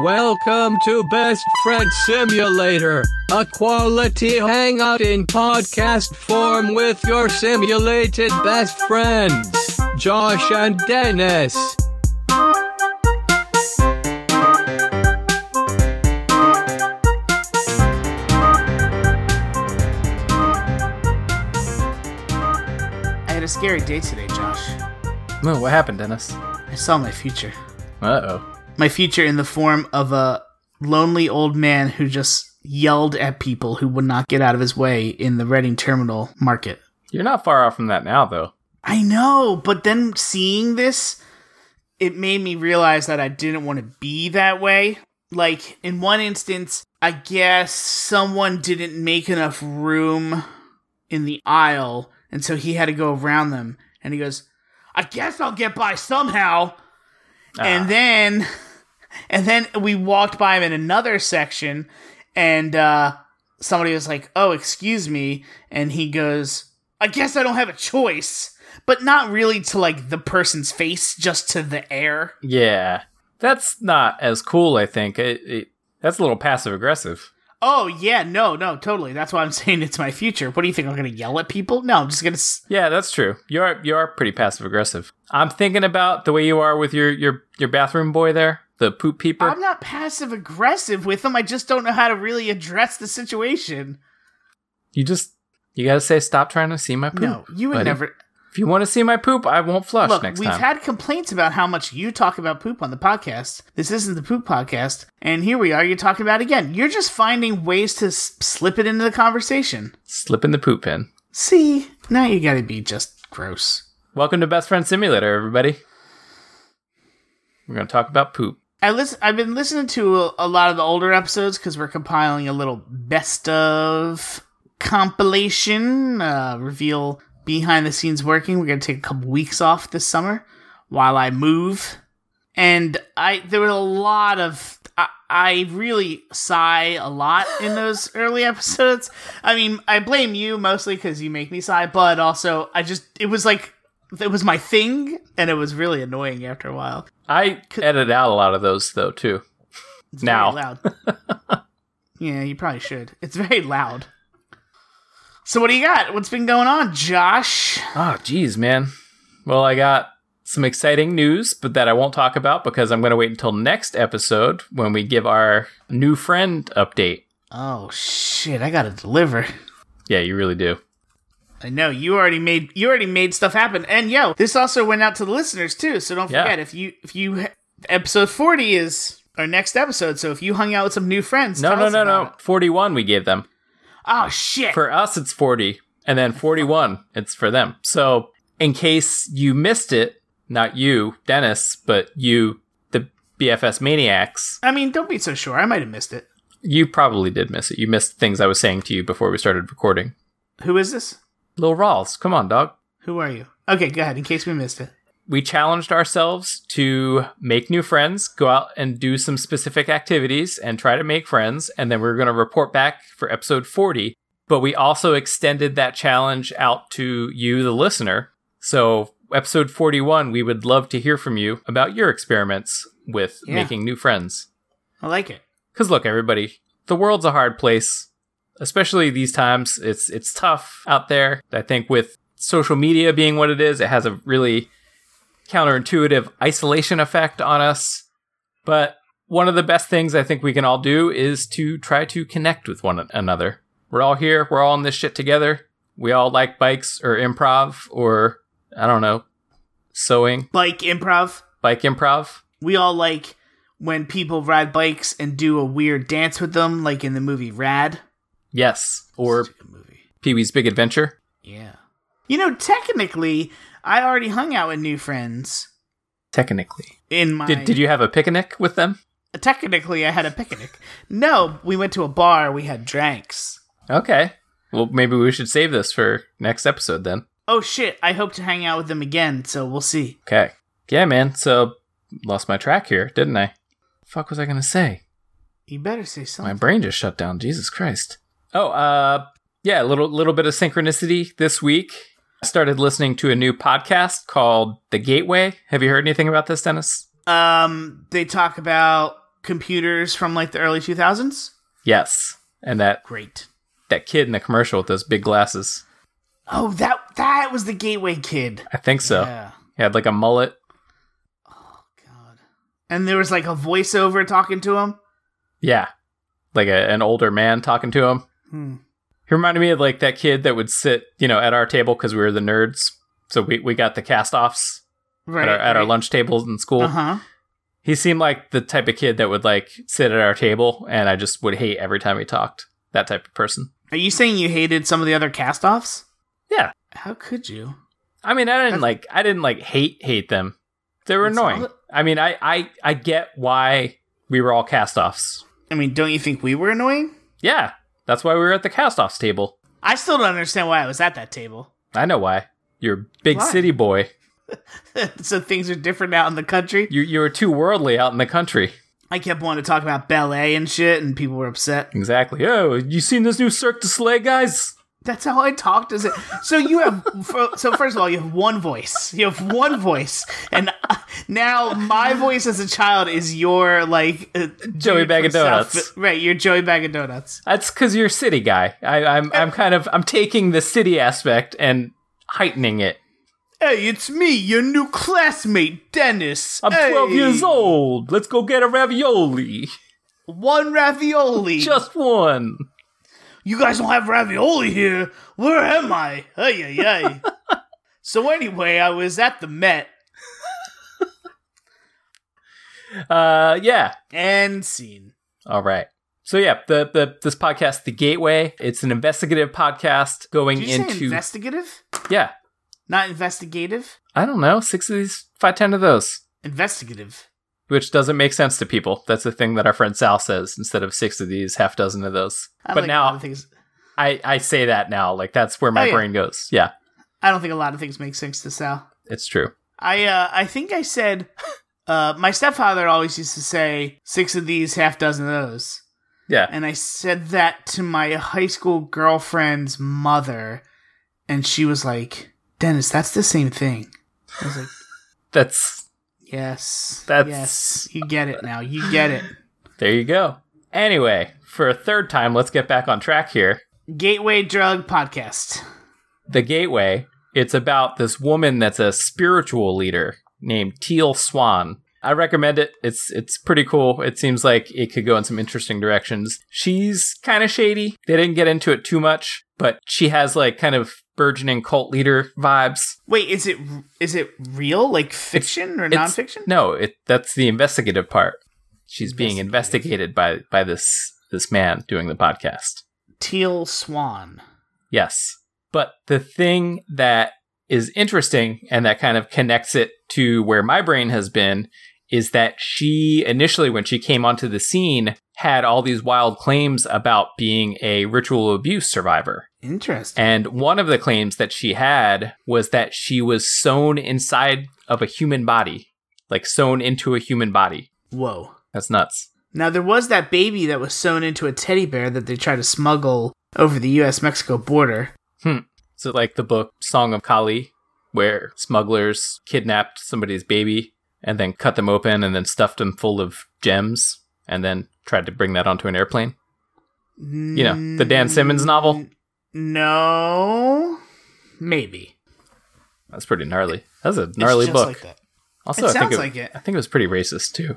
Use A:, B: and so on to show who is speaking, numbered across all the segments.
A: Welcome to Best Friend Simulator, a quality hangout in podcast form with your simulated best friends, Josh and Dennis.
B: I had a scary day today, Josh.
C: No, what happened, Dennis?
B: I saw my future.
C: Uh oh.
B: My future in the form of a lonely old man who just yelled at people who would not get out of his way in the Reading Terminal market.
C: You're not far off from that now, though.
B: I know, but then seeing this, it made me realize that I didn't want to be that way. Like, in one instance, I guess someone didn't make enough room in the aisle, and so he had to go around them. And he goes, I guess I'll get by somehow.
C: Ah.
B: And then, and then we walked by him in another section, and uh, somebody was like, "Oh, excuse me," and he goes, "I guess I don't have a choice," but not really to like the person's face, just to the air.
C: Yeah. That's not as cool, I think. It, it, that's a little passive aggressive.
B: Oh yeah, no, no, totally. That's why I'm saying it's my future. What do you think I'm gonna yell at people? No, I'm just gonna. S-
C: Yeah, that's true. You are you are pretty passive aggressive. I'm thinking about the way you are with your your your bathroom boy there, the poop peeper.
B: I'm not passive aggressive with them. I just don't know how to really address the situation.
C: you just you gotta say stop trying to see my poop.
B: No, you would
C: buddy.
B: never.
C: If you want to see my poop, I won't flush
B: Look,
C: next
B: we've
C: time.
B: had complaints about how much you talk about poop on the podcast. This isn't the poop podcast, and here we are. You're talking about it again. You're just finding ways to s- slip it into the conversation.
C: Slip in the poop in.
B: See, now you got to be just gross.
C: Welcome to Best Friend Simulator, everybody. We're gonna talk about poop.
B: I listen. I've been listening to a, a lot of the older episodes because we're compiling a little best of compilation uh, reveal behind the scenes working. We're gonna take a couple weeks off this summer while I move, and I there were a lot of. I, I really sigh a lot in those early episodes. I mean, I blame you mostly because you make me sigh, but also I just it was like it was my thing, and it was really annoying after a while.
C: I edit out a lot of those though too.
B: It's
C: Now.
B: very loud. yeah, you probably should. It's very loud. So what do you got? What's been going on, Josh?
C: Oh, geez, man. Well, I got some exciting news, but that I won't talk about because I'm going to wait until next episode when we give our new friend update.
B: Oh shit, I gotta deliver.
C: Yeah, you really do.
B: I know you already made you already made stuff happen, and yo, this also went out to the listeners too. So don't
C: Yeah.
B: forget if you if you episode forty is our next episode. So if you hung out with some new friends,
C: No,
B: tell
C: no,
B: us
C: no,
B: about
C: no.
B: it.
C: 41 we gave them.
B: Oh shit,
C: For us, it's 40, and then 41, it's for them. So, in case you missed it, not you, Dennis, but you, the BFS maniacs,
B: I mean, don't be so sure. I might have missed it.
C: you probably did miss it. You missed things I was saying to you before we started recording.
B: Who is this?
C: Lil Rawls, come on, dog.
B: Who are you? Okay, go ahead. In case we missed it.
C: we challenged ourselves to make new friends, go out and do some specific activities and try to make friends. And then we are going to report back for episode 40. But we also extended that challenge out to you, the listener. So, episode 41, we would love to hear from you about your experiments with
B: Yeah.
C: making new friends.
B: I like it.
C: Because, look, everybody, the world's a hard place. Especially these times, it's it's tough out there. I think with social media being what it is, it has a really counterintuitive isolation effect on us. But one of the best things I think we can all do is to try to connect with one another. We're all here, we're all in this shit together. We all like bikes or improv or I don't know, sewing,
B: Like improv.
C: bike improv.
B: we all like when people ride bikes and do a weird dance with them, like in the movie Rad.
C: Yes, or
B: Such a good movie.
C: Pee Wee's Big Adventure.
B: Yeah. You know, technically, I already hung out with new friends
C: Technically.
B: in my.
C: Did, did you have a picnic with them?
B: Technically, I had a picnic. no, we went to a bar. We had drinks.
C: Okay. Well, maybe we should save this for next episode then.
B: Oh shit! I hope to hang out with them again. So we'll see.
C: Okay. Yeah, man. So, lost my track here, didn't I? Fuck was I gonna say?
B: You better say
C: My
B: something.
C: brain just shut down. Jesus Christ. Oh, uh, yeah, a little little bit of synchronicity this week. I started listening to a new podcast called The Gateway. Have you heard anything about this, Dennis?
B: Um, they talk about computers from like the early 2000s?
C: Yes. And that
B: Great.
C: that kid in the commercial with those big glasses.
B: Oh, that that was the Gateway Kid.
C: I think so.
B: Yeah.
C: He had like a mullet.
B: God. And there was like a voiceover talking to him.
C: Yeah. Like a, an older man talking to him.
B: Hmm.
C: He reminded me of like that kid that would sit, you know, at our table because we were the nerds. So we, we got the cast offs
B: Right.
C: at, our, at our
B: right.
C: lunch tables in school.
B: Uh-huh.
C: He seemed like the type of kid that would like sit at our table and I just would hate every time he talked. That type of person.
B: Are you saying you hated some of the other cast-offs?
C: Yeah.
B: How could you?
C: I mean, I didn't
B: That's-
C: like I didn't like hate hate them. They were
B: That's
C: annoying.
B: all it-
C: I mean, I, I I get why we were all cast offs.
B: I mean, don't you think we were annoying?
C: Yeah. That's why we were at the cast offs table.
B: I still don't understand why I was at that table.
C: I know why. You're a big
B: Why?
C: city boy.
B: so things are different out in the country.
C: You you were too worldly out in the country.
B: I kept wanting to talk about ballet and shit, and people were upset.
C: Exactly. Oh, you seen this new Cirque du Soleil, guys?
B: That's how I talked. Is it? So you have. fir- So first of all, you have one voice. You have one voice, and uh, now my voice as a child is your like uh,
C: Joey
B: dude
C: Bag of
B: from South-
C: Donuts.
B: right, you're Joey Bag of Donuts.
C: That's because you're a city guy. I, I'm I'm kind of I'm taking the city aspect and heightening it.
B: Hey, it's me, your new classmate, Dennis.
C: I'm
B: Hey,
C: 12 years old. Let's go get a ravioli.
B: One ravioli.
C: Just one.
B: you guys don't have ravioli here. Where am I? Ay, ay, ay. so anyway, I was at the Met
C: Uh, yeah.
B: and scene.
C: All right. So yeah, the, the this podcast, The Gateway, it's an investigative podcast going
B: Did you say
C: into
B: investigative?
C: yeah.
B: Not investigative?
C: I don't know six of these, five ten of those,
B: Investigative.
C: which doesn't make sense to people. That's the thing that our friend Sal says instead of six of these, half dozen of those.
B: I don't
C: but
B: think a lot
C: now
B: of things.
C: I I say that now, like that's where my
B: Oh, yeah.
C: brain goes. Yeah,
B: I don't think a lot of things make sense to Sal.
C: it's true.
B: I uh, I think I said uh, my stepfather always used to say six of these, half dozen of those,
C: Yeah,
B: and I said that to my high school girlfriend's mother, and she was like, "Dennis, that's the same thing." I was like,
C: that's
B: "Yes,
C: That's-
B: yes, you get it now, you get it."
C: there you go. Anyway, for a third time, let's get back on track here.
B: Gateway Drug Podcast.
C: The Gateway. It's about this woman that's a spiritual leader named Teal Swan. I recommend it. It's it's pretty cool. It seems like it could go in some interesting directions. She's kind of shady. They didn't get into it too much, but she has like kind of burgeoning cult leader vibes.
B: Wait, is it is it real, like fiction or
C: it's-
B: nonfiction?
C: No, it that's the investigative part. She's being
B: Investigative.
C: investigated by by this this man doing the podcast.
B: Teal Swan.
C: Yes. But the thing that is interesting and that kind of connects it to where my brain has been is that she initially, when she came onto the scene, had all these wild claims about being a ritual abuse survivor.
B: Interesting.
C: And one of the claims that she had was that she was sewn inside of a human body, like sewn into a human body.
B: Whoa.
C: That's nuts.
B: Now there was that baby that was sewn into a teddy bear that they tried to smuggle over the U.S. Mexico border.
C: So, like the book Song of Kali, where smugglers kidnapped somebody's baby and then cut them open and then stuffed them full of gems and then tried to bring that onto an airplane.
B: You
C: know, the Dan Simmons novel?
B: No, maybe
C: That's pretty gnarly. That's a
B: It's
C: gnarly
B: just
C: book.
B: like that.
C: Also,
B: It
C: I think
B: sounds like it.
C: I think it was pretty racist too.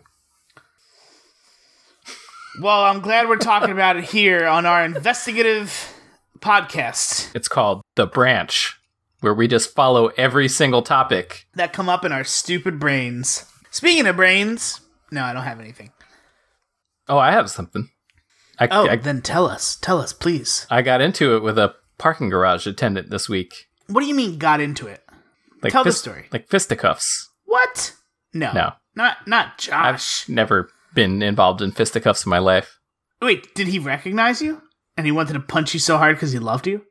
B: Well, I'm glad we're talking about it here on our investigative podcast
C: It's called The Branch, where we just follow every single topic.
B: that come up in our stupid brains. Speaking of brains, no, I don't have anything.
C: Oh, I have something. I,
B: Oh,
C: I,
B: then tell us, tell us, please.
C: I got into it with a parking garage attendant this week.
B: What do you mean got into it?
C: Like
B: Tell the
C: fist-
B: story.
C: Like fisticuffs.
B: What? No,
C: No.
B: not not
C: I've
B: Josh.
C: never been involved in fisticuffs in my life.
B: Wait, did he recognize you? And he wanted to punch you so hard because he loved you?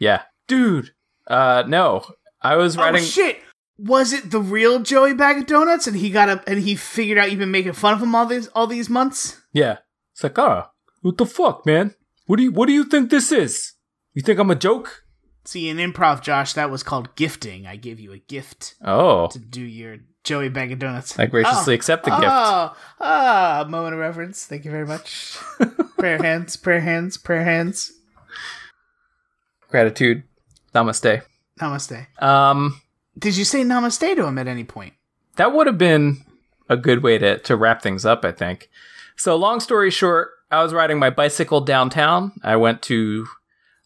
C: Yeah. Dude. Uh no. I was riding
B: Oh shit! Was it the real Joey Bag of Donuts? And he got up and he figured out you've been making fun of him all these all these months.
C: Yeah. It's like, ah, what the fuck, man? What do you what do you think this is? You think I'm a joke?
B: See, in improv, Josh, that was called gifting. I gave you a gift
C: Oh.
B: to do your Joey bag of donuts.
C: I graciously
B: Ah.
C: accept the gift.
B: Oh, ah, moment of reverence. Thank you very much. prayer hands, prayer hands, prayer hands.
C: Gratitude. Namaste.
B: Namaste.
C: Um,
B: Did you say namaste to him at any point?
C: that would have been a good way to, to wrap things up, I think. So, long story short, I was riding my bicycle downtown. I went to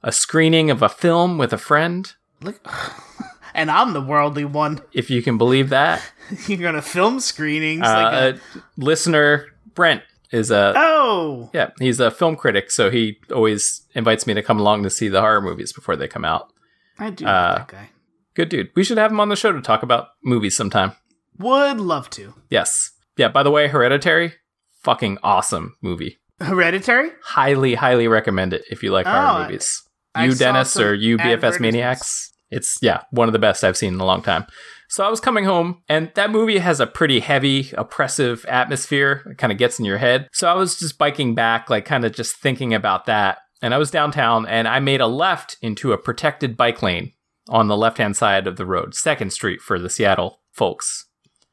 C: a screening of a film with a friend,
B: Look, and I'm the worldly one.
C: if you can believe that.
B: You're gonna film screenings. like
C: Uh,
B: a,
C: a listener Brent is a
B: oh,
C: yeah, he's a film critic, so he always invites me to come along to see the horror movies before they come out.
B: I do
C: uh,
B: like that guy.
C: Good dude. We should have him on the show to talk about movies sometime.
B: Would love to.
C: Yes. Yeah, by the way, Hereditary, fucking awesome movie.
B: Hereditary.
C: Highly, highly recommend it if you like
B: Oh,
C: horror movies.
B: I
C: You,
B: saw
C: Dennis,
B: some
C: or you, BFS
B: advertisements.
C: Maniacs. It's, yeah, one of the best I've seen in a long time. So I was coming home, and that movie has a pretty heavy, oppressive atmosphere. It kind of gets in your head. So I was just biking back, like kind of just thinking about that. And I was downtown, and I made a left into a protected bike lane on the left hand side of the road, Second Street for the Seattle folks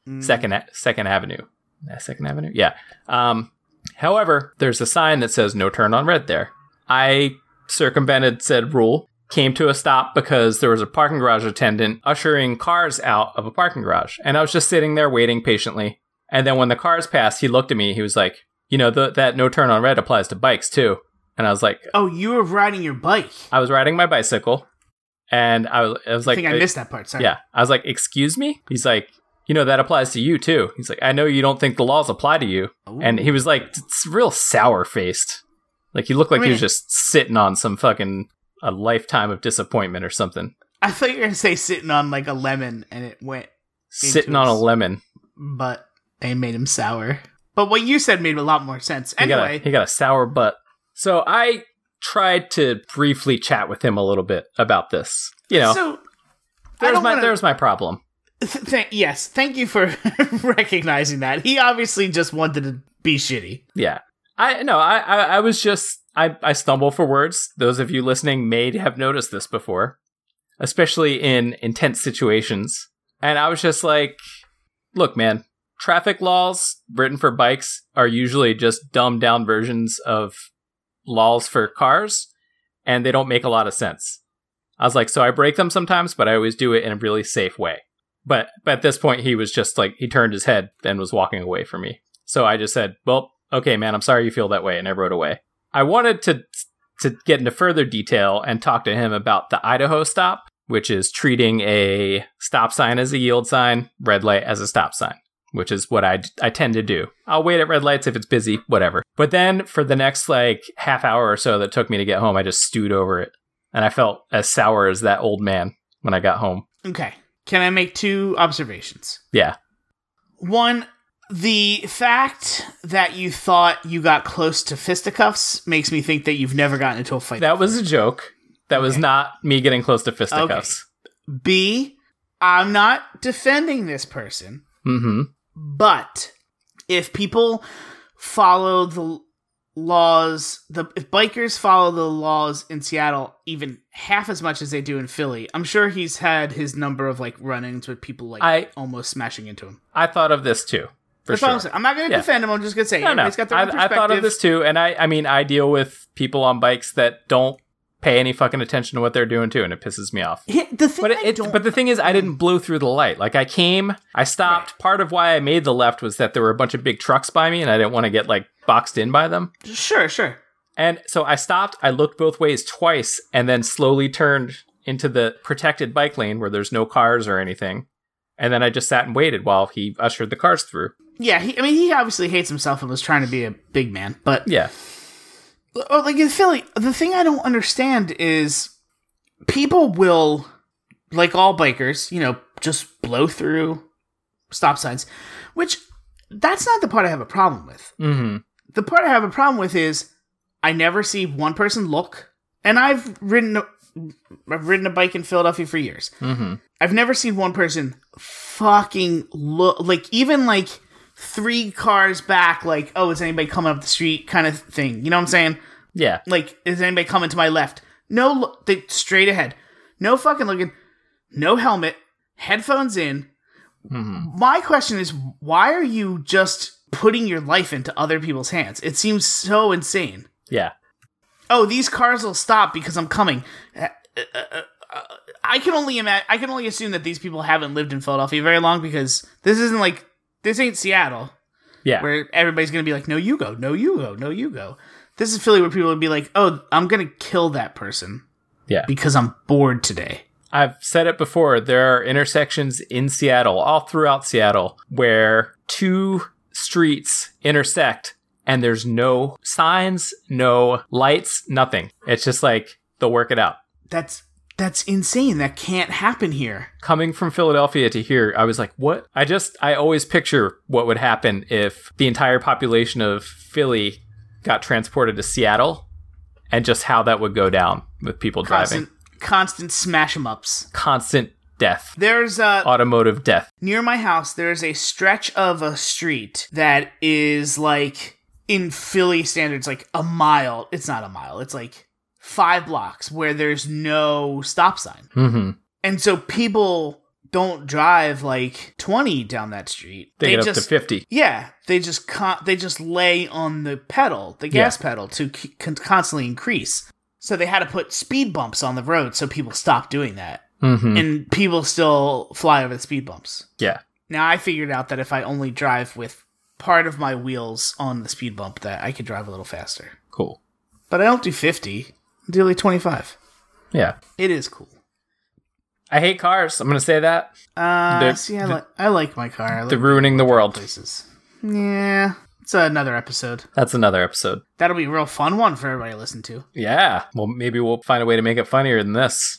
B: Mm.
C: second second avenue Uh, second avenue yeah um however there's a sign that says no turn on red there i circumvented said rule came to a stop because there was a parking garage attendant ushering cars out of a parking garage and i was just sitting there waiting patiently and then when the cars passed he looked at me he was like you know th- that no turn on red applies to bikes too and i was like
B: Oh, you were riding your bike.
C: i was riding my bicycle and i was, I was
B: I
C: like
B: think I
C: "Uh,
B: missed that part. Sorry.
C: yeah. I was like, excuse me? He's like, you know, that applies to you too. He's like, I know you don't think the laws apply to you.
B: Ooh.
C: And he was like, it's real sour faced. Like he looked like he was
B: Really?
C: just sitting on some fucking a lifetime of disappointment or something.
B: I thought you were gonna say sitting on like a lemon, and it went,
C: sitting on a
B: his-
C: lemon.
B: but they made him sour. But what you said made a lot more sense.
C: He got a-
B: Anyway,
C: he got a sour butt. So I tried to briefly chat with him a little bit about this. You know,
B: so I
C: there's
B: don't
C: my
B: wanna-
C: there's my problem.
B: Th- th- yes, thank you for recognizing that. He obviously just wanted to be shitty.
C: Yeah. I no, I, I I was just I I stumble for words. Those of you listening may have noticed this before, especially in intense situations. And I was just like, look, man, traffic laws written for bikes are usually just dumbed down versions of laws for cars, and they don't make a lot of sense. I was like, so I break them sometimes, but I always do it in a really safe way. But but at this point, he was just like he turned his head and was walking away from me. So I just said, "Well, okay, man, I'm sorry you feel that way," and I rode away. I wanted to to get into further detail and talk to him about the Idaho stop, which is treating a stop sign as a yield sign, red light as a stop sign, which is what I I tend to do. I'll wait at red lights if it's busy, whatever. But then for the next like half hour or so that took me to get home, I just stewed over it, and I felt as sour as that old man when I got home.
B: Okay, can I make two observations?
C: Yeah.
B: One, the fact that you thought you got close to fisticuffs makes me think that you've never gotten into a fight.
C: That was a joke. That was
B: Okay.
C: not me getting close to fisticuffs.
B: B, I'm not defending this person,
C: Mm-hmm.
B: but if people follow the laws, the if bikers follow the laws in Seattle even half as much as they do in Philly, I'm sure he's had his number of like run-ins with people like
C: I-
B: almost smashing into him.
C: I thought of this too. For
B: That's all I'm
C: sure.
B: saying. I'm not going to
C: Yeah.
B: defend him. I'm just going to say
C: No, no.
B: everybody's got their own
C: I, I
B: perspective.
C: thought of this too, and I, I mean, I deal with people on bikes that don't pay any fucking attention to what they're doing too, and it pisses me off.
B: He- the thing
C: But
B: I
C: it,
B: don't-
C: but the thing is, I didn't blow through the light. Like I came, I stopped. Part of why I made the left was that there were a bunch of big trucks by me, and I didn't want to get like boxed in by them.
B: sure, sure.
C: And so I stopped, I looked both ways twice, and then slowly turned into the protected bike lane where there's no cars or anything. And then I just sat and waited while he ushered the cars through.
B: Yeah, he, I mean, he obviously hates himself and was trying to be a big man, but
C: Yeah.
B: oh, like in Philly, the thing I don't understand is people will, like all bikers, you know, just blow through stop signs, which that's not the part I have a problem with.
C: Mm-hmm.
B: The part I have a problem with is I never see one person look, and I've ridden a, I've ridden a bike in Philadelphia for years.
C: Mm-hmm.
B: I've never seen one person fucking look like even like three cars back, like, oh, is anybody coming up the street kind of thing. You know what I'm saying?
C: Yeah.
B: Like, is anybody coming to my left? No, look, they, straight ahead. No fucking looking. No helmet. Headphones in.
C: Mm-hmm.
B: My question is, why are you just putting your life into other people's hands? It seems so insane.
C: Yeah.
B: oh these cars will stop because i'm coming Uh, uh, uh, uh, i can only imagine i can only assume that these people haven't lived in philadelphia very long because this isn't like this ain't seattle
C: Yeah.
B: where everybody's gonna be like no you go no you go no you go this is philly where people would be like oh i'm gonna kill that person
C: Yeah.
B: because i'm bored today
C: I've said it before. There are intersections in Seattle, all throughout Seattle, where two streets intersect and there's no signs, no lights, nothing. It's just like they'll work it out.
B: that's that's insane that can't happen here
C: Coming from Philadelphia to here, I was like, what? I just, I always picture what would happen if the entire population of Philly got transported to Seattle and just how that would go down with people driving.
B: constant constant smash 'em ups
C: Constant death,
B: there's uh
C: automotive death.
B: near my house there's a stretch of a street that is like in philly standards like a mile it's not a mile it's like five blocks where there's no stop sign
C: hmm
B: and so people don't drive like 20 down that street
C: They, get
B: just
C: up to 50.
B: yeah they just con- they just lay on the pedal the gas pedal to c- con- constantly increase so they had to put speed bumps on the road so people stopped doing that
C: hmm
B: and people still fly over the speed bumps
C: Yeah.
B: Now I figured out that if I only drive with part of my wheels on the speed bump, that I could drive a little faster.
C: Cool.
B: But I don't do fifty; I do like twenty-five.
C: Yeah.
B: It is cool.
C: I hate cars. I'm going to say that.
B: Uh,
C: The-
B: see, I like I like my car. I
C: They're
B: like
C: ruining the world.
B: places. Yeah, it's another episode.
C: That's another episode.
B: That'll be a real fun one for everybody to listen to.
C: Yeah. Well, maybe we'll find a way to make it funnier than this.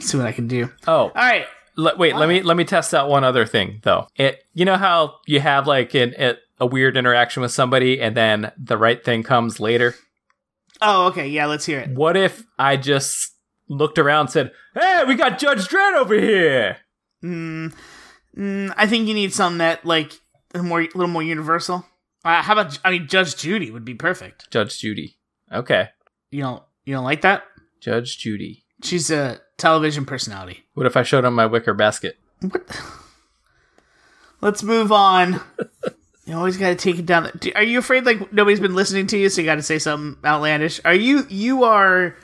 B: See what I can do.
C: Oh,
B: All right.
C: le- wait. Let me let me test out one other thing though. It you know how you have like an, a, a weird interaction with somebody and then the right thing comes later.
B: Oh, okay. Yeah, let's hear it.
C: What if I just looked around and said, "Hey, we got Judge Dredd over here."
B: Mm, mm, I think you need something that like a more, a little more universal. Uh, how about? I mean, Judge Judy would be perfect.
C: Judge Judy. Okay.
B: You don't, you don't like that?
C: Judge Judy.
B: She's a television personality.
C: What if I showed him my wicker basket?
B: What? Let's move on. You always got to take it down. Do- Are you afraid like nobody's been listening to you, so you got to say something outlandish? Are you? You are.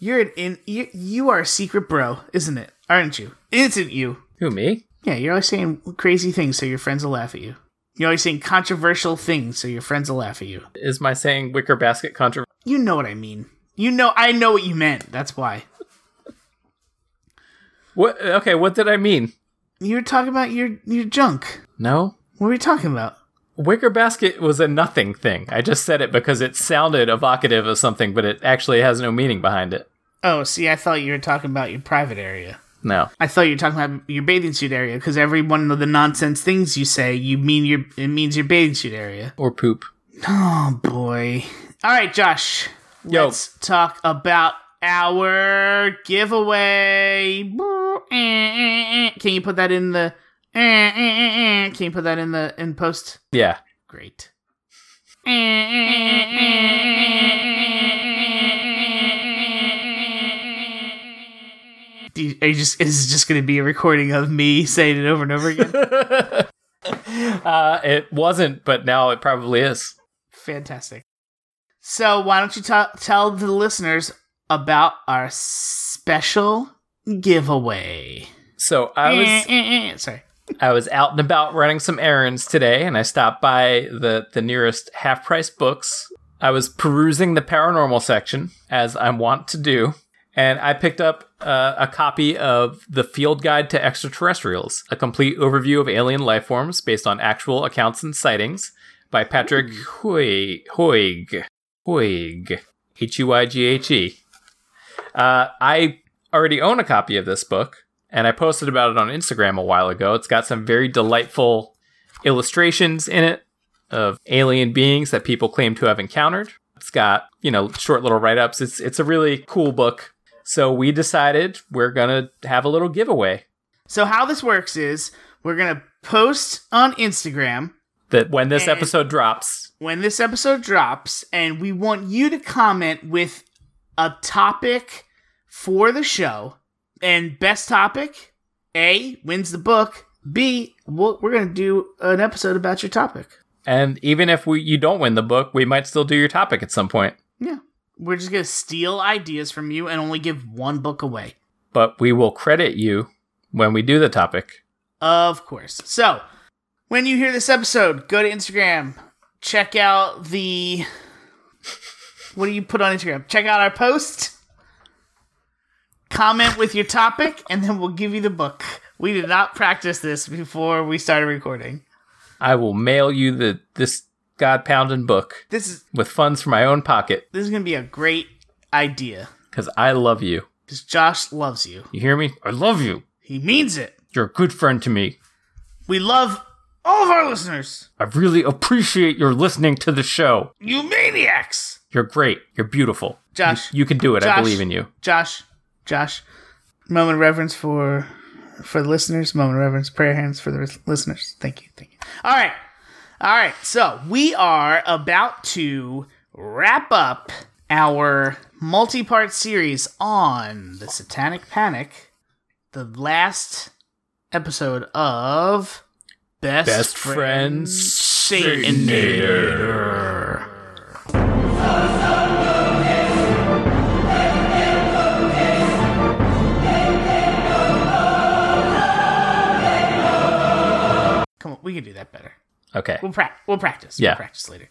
B: You're an in. You, you are a secret bro, isn't it? Aren't you? Isn't you?
C: Who me?
B: Yeah, you're always saying crazy things, so your friends will laugh at you. You're always saying controversial things, so your friends will laugh at you.
C: Is my saying wicker basket controversial?
B: You know what I mean. You know, I know what you meant. That's why.
C: What? Okay, what did I mean?
B: You were talking about your your junk.
C: No,
B: What were you talking about?
C: wicker basket was a nothing thing. I just said it because it sounded evocative of something, but it actually has no meaning behind it.
B: Oh, see, I thought you were talking about your private area.
C: No,
B: I thought you were talking about your bathing suit area because every one of the nonsense things you say, you mean your it means your bathing suit area.
C: or poop.
B: Oh boy! All right, Josh,
C: Yo.
B: let's talk about our giveaway. Can you put that in the? Can you put that in the in post?
C: Yeah,
B: Great. Do you, are you just is it just going to be a recording of me saying it over and over again?
C: uh, it wasn't, but now it probably is.
B: Fantastic. So why don't you ta- tell the listeners about our special giveaway?
C: So I was
B: sorry.
C: I was out and about running some errands today, and I stopped by the, the nearest half price books. I was perusing the paranormal section, as I'm wont to do, and I picked up uh, a copy of The Field Guide to Extraterrestrials, a complete overview of alien life forms based on actual accounts and sightings by Patrick Hoig. Hoig. Hoig. H U I G H E. Uh, I already own a copy of this book, and I posted about it on Instagram a while ago. It's got some very delightful illustrations in it of alien beings that people claim to have encountered. It's got, you know, short little write-ups. It's it's a really cool book. So we decided we're going to have a little giveaway
B: So how this works is we're going to post on Instagram
C: that when this
B: And-
C: episode drops,
B: when this episode drops and we want you to comment with a topic for the show and best topic a wins the book B, we'll, we're going to do an episode about your topic.
C: And even if we, you don't win the book, we might still do your topic at some point.
B: Yeah. We're just going to steal ideas from you and only give one book away.
C: But we will credit you when we do the topic.
B: Of course. So, when you hear this episode, go to Instagram, check out the. What do you put on Instagram? Check out our post, comment with your topic, and then we'll give you the book. We did not practice this before we started recording.
C: I will mail you the this God pounding book
B: This is
C: with funds from my own pocket
B: this is going to be a great idea
C: because I love you.
B: because Josh loves you.
C: You hear me? I love you.
B: He means it.
C: You're a good friend to me.
B: We love all of our listeners.
C: I really appreciate your listening to the show.
B: You maniacs.
C: You're great. You're beautiful.
B: Josh.
C: You can do it. I
B: Josh.
C: believe in you.
B: Josh, Josh, moment of reverence for for the listeners. Moment of reverence, prayer hands for the ris- listeners. Thank you, thank you. All right, all right. So we are about to wrap up our multi-part series on the Satanic Panic, the last episode of Best,
C: Best Friends
B: Satanator. Come on, we can do that better.
C: Okay.
B: We'll, pra- we'll practice.
C: Yeah.
B: We'll practice later.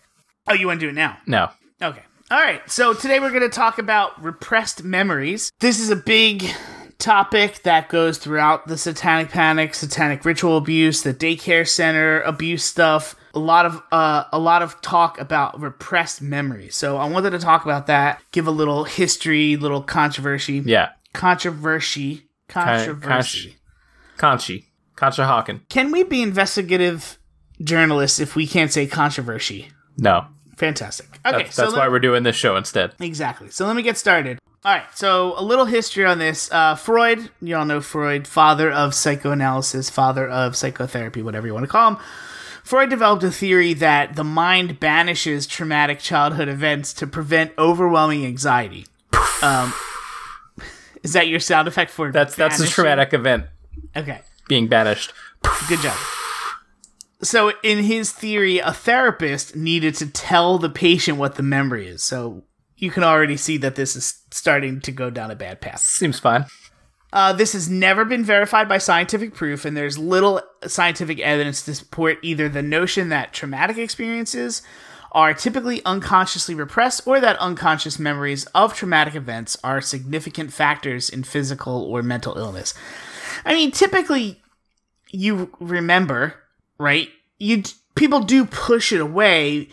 B: Oh, you want to do it now?
C: No.
B: Okay. All right. So today we're going to talk about repressed memories. This is a big topic that goes throughout the satanic panic, satanic ritual abuse, the daycare center abuse stuff. A lot of uh, a lot of talk about repressed memories. So I wanted to talk about that, give a little history, little controversy,
C: Yeah.
B: controversy, controversy.
C: Conchi. Concha Hawken.
B: Can we be investigative journalists if we can't say controversy?
C: No.
B: Fantastic. Okay,
C: that's
B: so
C: that's
B: let-
C: why we're doing this show instead.
B: Exactly. So let me get started. All right. So a little history on this. Uh, Freud, you all know Freud, father of psychoanalysis, father of psychotherapy, whatever you want to call him. Freud developed a theory that the mind banishes traumatic childhood events to prevent overwhelming anxiety. Um, is that your sound effect for
C: That's that's a
B: banishing?
C: traumatic event
B: Okay.
C: being banished.
B: Good job. So, in his theory, a therapist needed to tell the patient what the memory is. So, you can already see that this is starting to go down a bad path.
C: Seems fine.
B: Uh, this has never been verified by scientific proof, and there's little scientific evidence to support either the notion that traumatic experiences are typically unconsciously repressed or that unconscious memories of traumatic events are significant factors in physical or mental illness. I mean, typically you remember, right? You people do push it away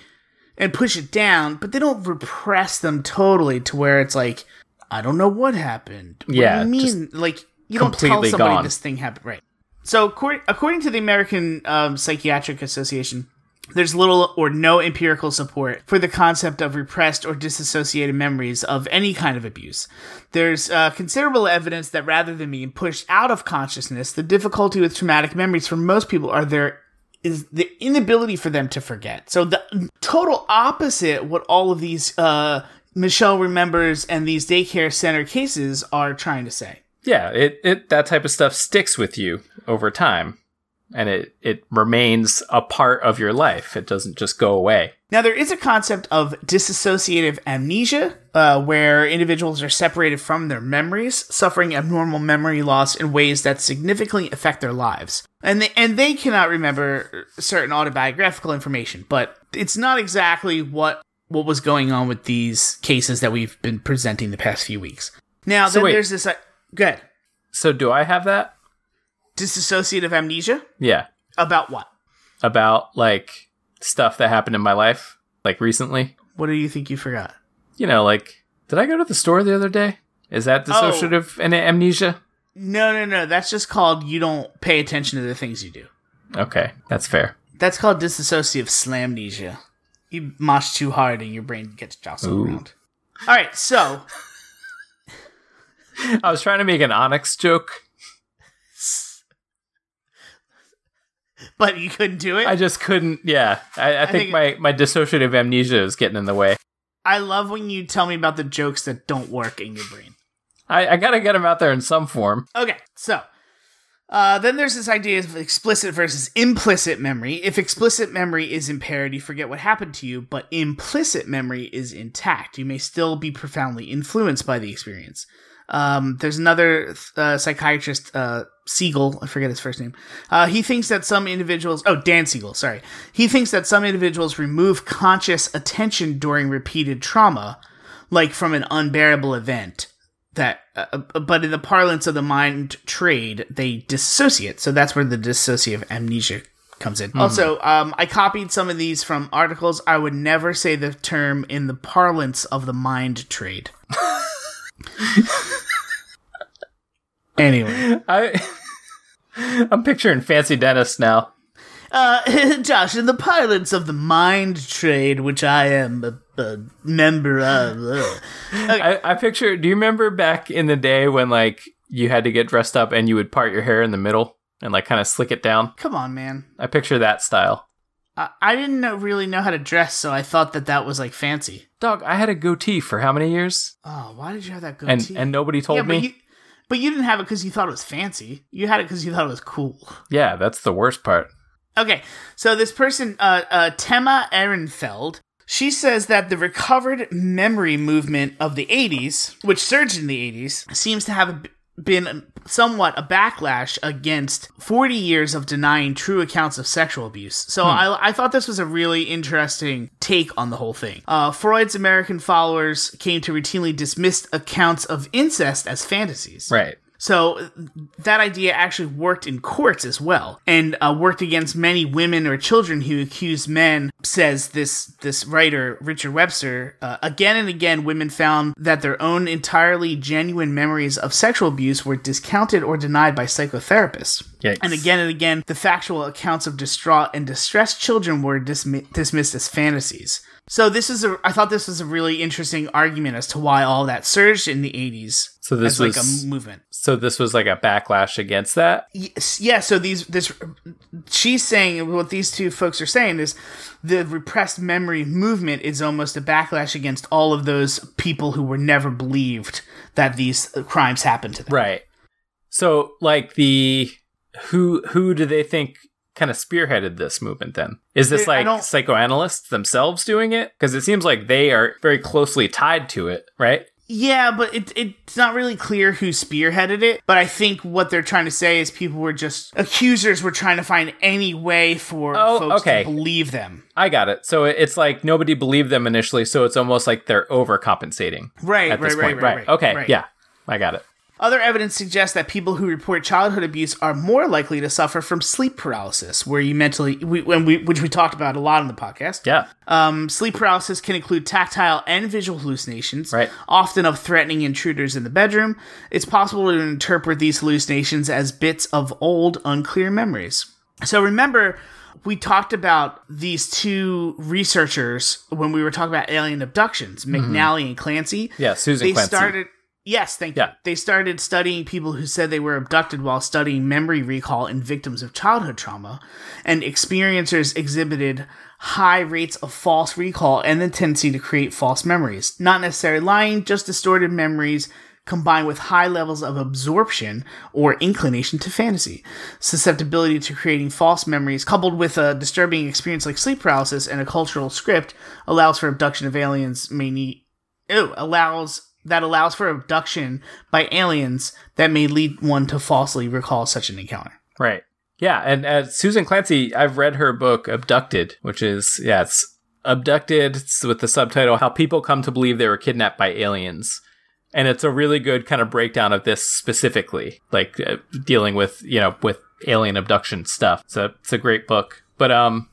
B: and push it down, but they don't repress them totally to where it's like, I don't know what happened. What do
C: Yeah,
B: you mean like you don't tell
C: completely
B: somebody
C: gone.
B: this thing happened, right? So, according, according to the American um, Psychiatric Association, there's little or no empirical support for the concept of repressed or disassociated memories of any kind of abuse. There's uh, considerable evidence that rather than being pushed out of consciousness, the difficulty with traumatic memories for most people are their is the inability for them to forget. So the total opposite what all of these uh, Michelle remembers and these daycare center cases are trying to say.
C: Yeah, it, it that type of stuff sticks with you over time. And it, it remains a part of your life. It doesn't just go away.
B: Now, there is a concept of dissociative amnesia, uh, where individuals are separated from their memories, suffering abnormal memory loss in ways that significantly affect their lives. And they, and they cannot remember certain autobiographical information, but it's not exactly what what was going on with these cases that we've been presenting the past few weeks. Now,
C: So
B: then
C: wait.
B: there's this uh, good
C: So do I have that?
B: dissociative amnesia
C: Yeah.
B: about what?
C: About like stuff that happened in my life, like recently.
B: What do you think you forgot?
C: You know, like did I go to the store the other day? Is that dissociative and amnesia?
B: No, no, no. That's just called you don't pay attention to the things you do.
C: Okay, that's fair.
B: That's called dissociative slamnesia. You mosh too hard and your brain gets jostled
C: Ooh.
B: around. All right, so
C: I was trying to make an onyx joke.
B: but you couldn't do it.
C: I
B: I,
C: just couldn't. Yeah, I, I, think,
B: think-
C: my my dissociative amnesia is getting in the way.
B: love when you tell me about the jokes that don't work in your brain.
C: I, I gotta get them out there in some form.
B: Okay, so uh, Uh, then there's this idea of explicit versus implicit memory. If explicit memory is impaired, you forget what happened to you, but implicit memory is intact. You may still be profoundly influenced by the experience. Um, there's another uh, psychiatrist, uh, Siegel, I forget his first name. Uh, he thinks that some individuals, oh, Dan Siegel, sorry. He thinks that some individuals remove conscious attention during repeated trauma, like from an unbearable event. That, uh, uh, but in the parlance of the mind trade, they dissociate. So that's where the dissociative amnesia comes in. Also, um, I copied some of these from articles. I would never say the term in the parlance of the mind trade. anyway.
C: I I'm picturing fancy dentist now.
B: Uh, Josh, in the parlance of the mind trade, which I am a, a member of, uh,
C: I, I picture. Do you remember back in the day when like you had to get dressed up and you would part your hair in the middle and like kind of slick it down?
B: come on, man.
C: I picture that style.
B: I, I didn't know, really know how to dress, so I thought that that was like fancy.
C: Dog, I had a goatee for how many years,
B: Oh, why did you have that
C: and
B: goatee?
C: and nobody told
B: yeah,
C: me.
B: but you, but you didn't have it because you thought it was fancy. You had it because you thought it was cool.
C: yeah, that's the worst part.
B: Okay, so this person, uh, uh, Tema Ehrenfeld, she says that the recovered memory movement of the 80s, which surged in the 80s, seems to have b- been somewhat a backlash against 40 years of denying true accounts of sexual abuse. So I, I thought this was a really interesting take on the whole thing. Uh, Freud's American followers came to routinely dismiss accounts of incest as fantasies.
C: Right.
B: So uh, that idea actually worked in courts as well, and uh, worked against many women or children who accused men. Says this this writer Richard Webster. Uh, again and again, women found that their own entirely genuine memories of sexual abuse were discounted or denied by psychotherapists.
C: Yikes.
B: And again and again, the factual accounts of distraught and distressed children were dismi- dismissed as fantasies. So this is a. I thought this was a really interesting argument as to why all that surged in the '80s
C: So this
B: as like
C: was-
B: a movement.
C: So this was like a backlash against that.
B: Yes, yeah, so these this she's saying what these two folks are saying is the repressed memory movement is almost a backlash against all of those people who were never believed that these crimes happened to them.
C: Right. So like the who who do they think kind of spearheaded this movement then? Is this
B: Yeah, I
C: like
B: don't-
C: psychoanalysts themselves doing it? Cuz it seems like they are very closely tied to it, right?
B: Yeah, but it, it's not really clear who spearheaded it, but I think what they're trying to say is people were just accusers were trying to find any way for
C: Oh,
B: folks
C: okay.
B: to believe them.
C: I got it. So it- it's like nobody believed them initially, so it's almost like they're overcompensating
B: Right,
C: at
B: right,
C: this
B: right,
C: point.
B: right, right.
C: Okay.
B: right.
C: Yeah. I got it.
B: Other evidence suggests that people who report childhood abuse are more likely to suffer from sleep paralysis, where you mentally, we, when we, which we talked about a lot on the podcast.
C: Yeah.
B: Um, sleep paralysis can include tactile and visual hallucinations,
C: Right.
B: often of threatening intruders in the bedroom. It's possible to interpret these hallucinations as bits of old, unclear memories. So remember, we talked about these two researchers when we were talking about alien abductions,
C: Mm-hmm.
B: McNally and Clancy
C: Yeah, Susan
B: they
C: Clancy.
B: started yes thank
C: Yeah.
B: you they started studying people who said they were abducted while studying memory recall in victims of childhood trauma and experiencers exhibited high rates of false recall and the tendency to create false memories not necessarily lying just distorted memories combined with high levels of absorption or inclination to fantasy susceptibility to creating false memories coupled with a disturbing experience like sleep paralysis and a cultural script allows for abduction of aliens may need ew, allows that allows for abduction by aliens that may lead one to falsely recall such an encounter.
C: Right. Yeah, and uh, Susan Clancy, I've read her book Abducted, which is yeah, it's Abducted it's with the subtitle How People Come to Believe They Were Kidnapped by Aliens. And it's a really good kind of breakdown of this specifically, like uh, dealing with, you know, with alien abduction stuff. So it's a great book. But um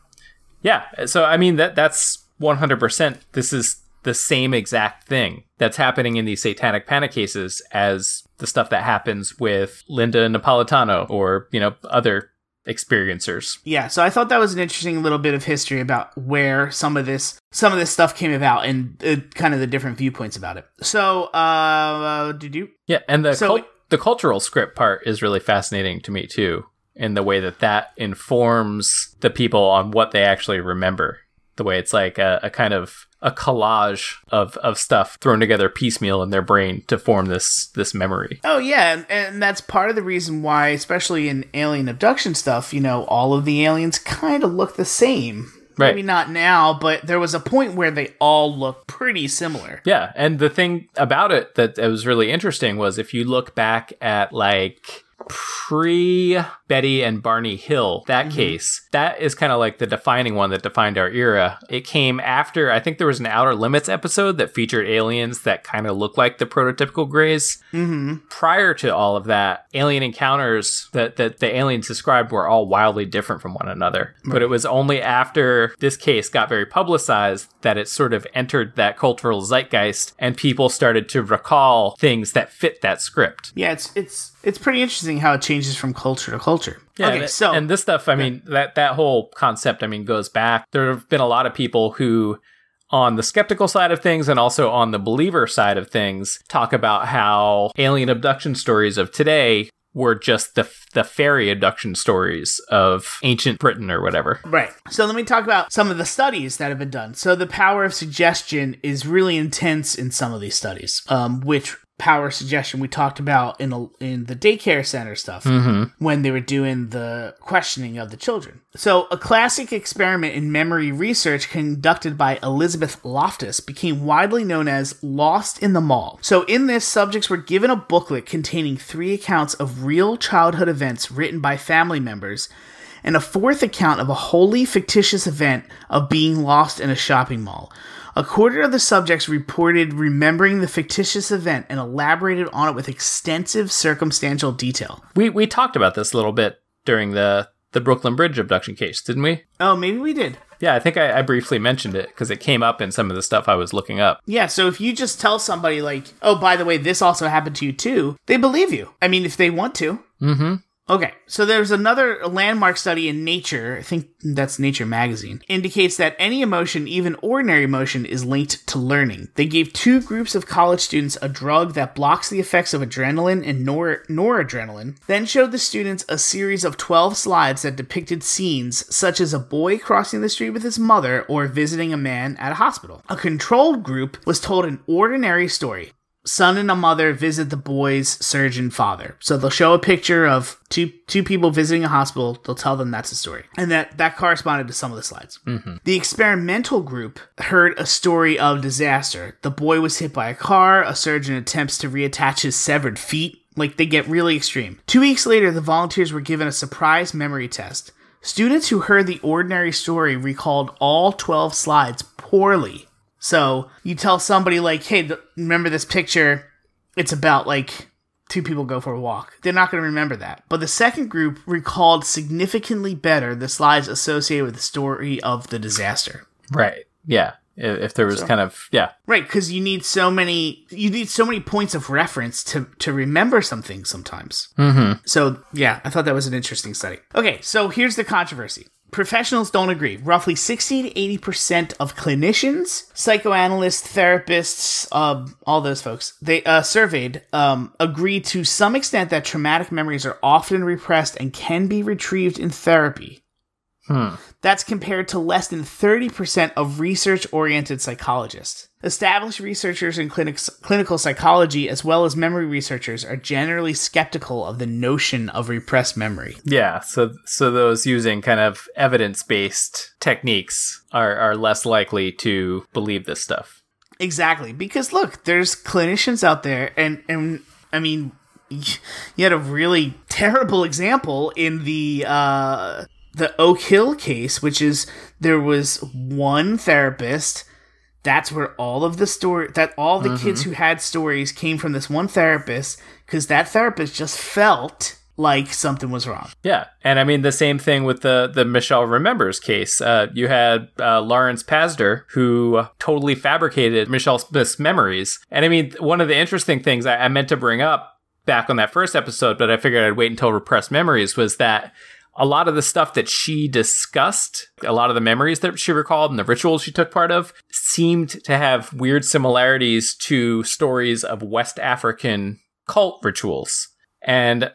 C: yeah, so I mean that that's 100% this is the same exact thing that's happening in these satanic panic cases as the stuff that happens with Linda Napolitano or, you know, other experiencers.
B: Yeah, so I thought that was an interesting little bit of history about where some of this some of this stuff came about and uh, kind of the different viewpoints about it. So, uh, did you?
C: Yeah, and the
B: So-
C: cult- the cultural script part is really fascinating to me too in the way that that informs the people on what they actually remember. The way it's like a, a kind of a collage of of stuff thrown together piecemeal in their brain to form this this memory.
B: Oh yeah, and, and that's part of the reason why, especially in alien abduction stuff, you know, all of the aliens kind of look the same.
C: Right.
B: Maybe not now, but there was a point where they all look pretty similar.
C: Yeah, and the thing about it that that was really interesting was if you look back at like pre Betty and Barney Hill, that case, that is kind of like the defining one that defined our era. It came after, I think there was an Outer Limits episode that featured aliens that kind of look like the prototypical Greys.
B: Mm-hmm.
C: Prior to all of that, alien encounters that, that the aliens described were all wildly different from one another. But it was only after this case got very publicized that it sort of entered that cultural zeitgeist and people started to recall things that fit that script.
B: Yeah, it's it's it's pretty interesting how it changes from culture to culture.
C: Yeah,
B: okay,
C: and-
B: so
C: and this stuff, I mean, that that whole concept, I mean, goes back. There have been a lot of people who on the skeptical side of things and also on the believer side of things talk about how alien abduction stories of today were just the the fairy abduction stories of ancient Britain or whatever.
B: Right. So let me talk about some of the studies that have been done. So the power of suggestion is really intense in some of these studies, um, which power of suggestion we talked about in a, in the daycare center stuff
C: Mhm.
B: when they were doing the questioning of the children. So a classic experiment in memory research conducted by Elizabeth Loftus became widely known as Lost in the Mall. So in this subjects were given a booklet containing three accounts of real childhood events written by family members and a fourth account of a wholly fictitious event of being lost in a shopping mall. A quarter of the subjects reported remembering the fictitious event and elaborated on it with extensive circumstantial detail.
C: We we talked about this a little bit during the the Brooklyn Bridge abduction case, didn't we?
B: Oh, maybe we did.
C: Yeah, I think I, I briefly mentioned it because it came up in some of the stuff I was looking up.
B: Yeah, so if you just tell somebody, like, oh, by the way, this also happened to you too, they believe you. I mean, if they want to.
C: Mm-hmm.
B: Okay, so there's another landmark study in Nature, I think that's Nature magazine, indicates that any emotion, even ordinary emotion, is linked to learning. They gave two groups of college students a drug that blocks the effects of adrenaline and nor- noradrenaline, then showed the students a series of 12 slides that depicted scenes such as a boy crossing the street with his mother or visiting a man at a hospital. A controlled group was told an ordinary story son and a mother visit the boy's surgeon father. So they'll show a picture of two two people visiting a hospital. They'll tell them that's the story, and that that corresponded to some of the slides. The experimental group heard a story of disaster. The boy was hit by a car. A surgeon attempts to reattach his severed feet. Like they get really extreme. Two weeks later, the volunteers were given a surprise memory test. Students who heard the ordinary story recalled all 12 slides poorly. So you tell somebody like, "Hey, th- remember this picture? It's about like two people go for a walk." They're not going to remember that. But the second group recalled significantly better the slides associated with the story of the disaster.
C: Right. Yeah. I- If, there was kind of yeah,
B: Right, because you need so many you need so many points of reference to to remember something sometimes. Mm-hmm. So yeah, I thought that was an interesting study. Okay, so here's the controversy. Professionals don't agree. Roughly 60 to 80% of clinicians, psychoanalysts, therapists, um, all those folks, they uh, surveyed, um, agree to some extent that traumatic memories are often repressed and can be retrieved in therapy. That's compared to less than 30% of research oriented psychologists. Established researchers in clinics, clinical psychology, as well as memory researchers, are generally skeptical of the notion of repressed memory.
C: Yeah, so so those using kind of evidence-based techniques are are less likely to believe this stuff.
B: Exactly, because look, there's clinicians out there, and, and I mean, you had a really terrible example in the uh, the Oak Hill case, which is there was one therapist. That's where all of the story that all the kids who had stories came from this one therapist because that therapist just felt like something was wrong.
C: Yeah, and I mean the same thing with the the Michelle remembers case. Uh, you had uh, Lawrence Pasder who totally fabricated Michelle Smith's memories, and I mean one of the interesting things I, I meant to bring up back on that first episode, but I figured I'd wait until repressed memories was that a lot of the stuff that she discussed, a lot of the memories that she recalled and the rituals she took part of, seemed to have weird similarities to stories of West African cult rituals. And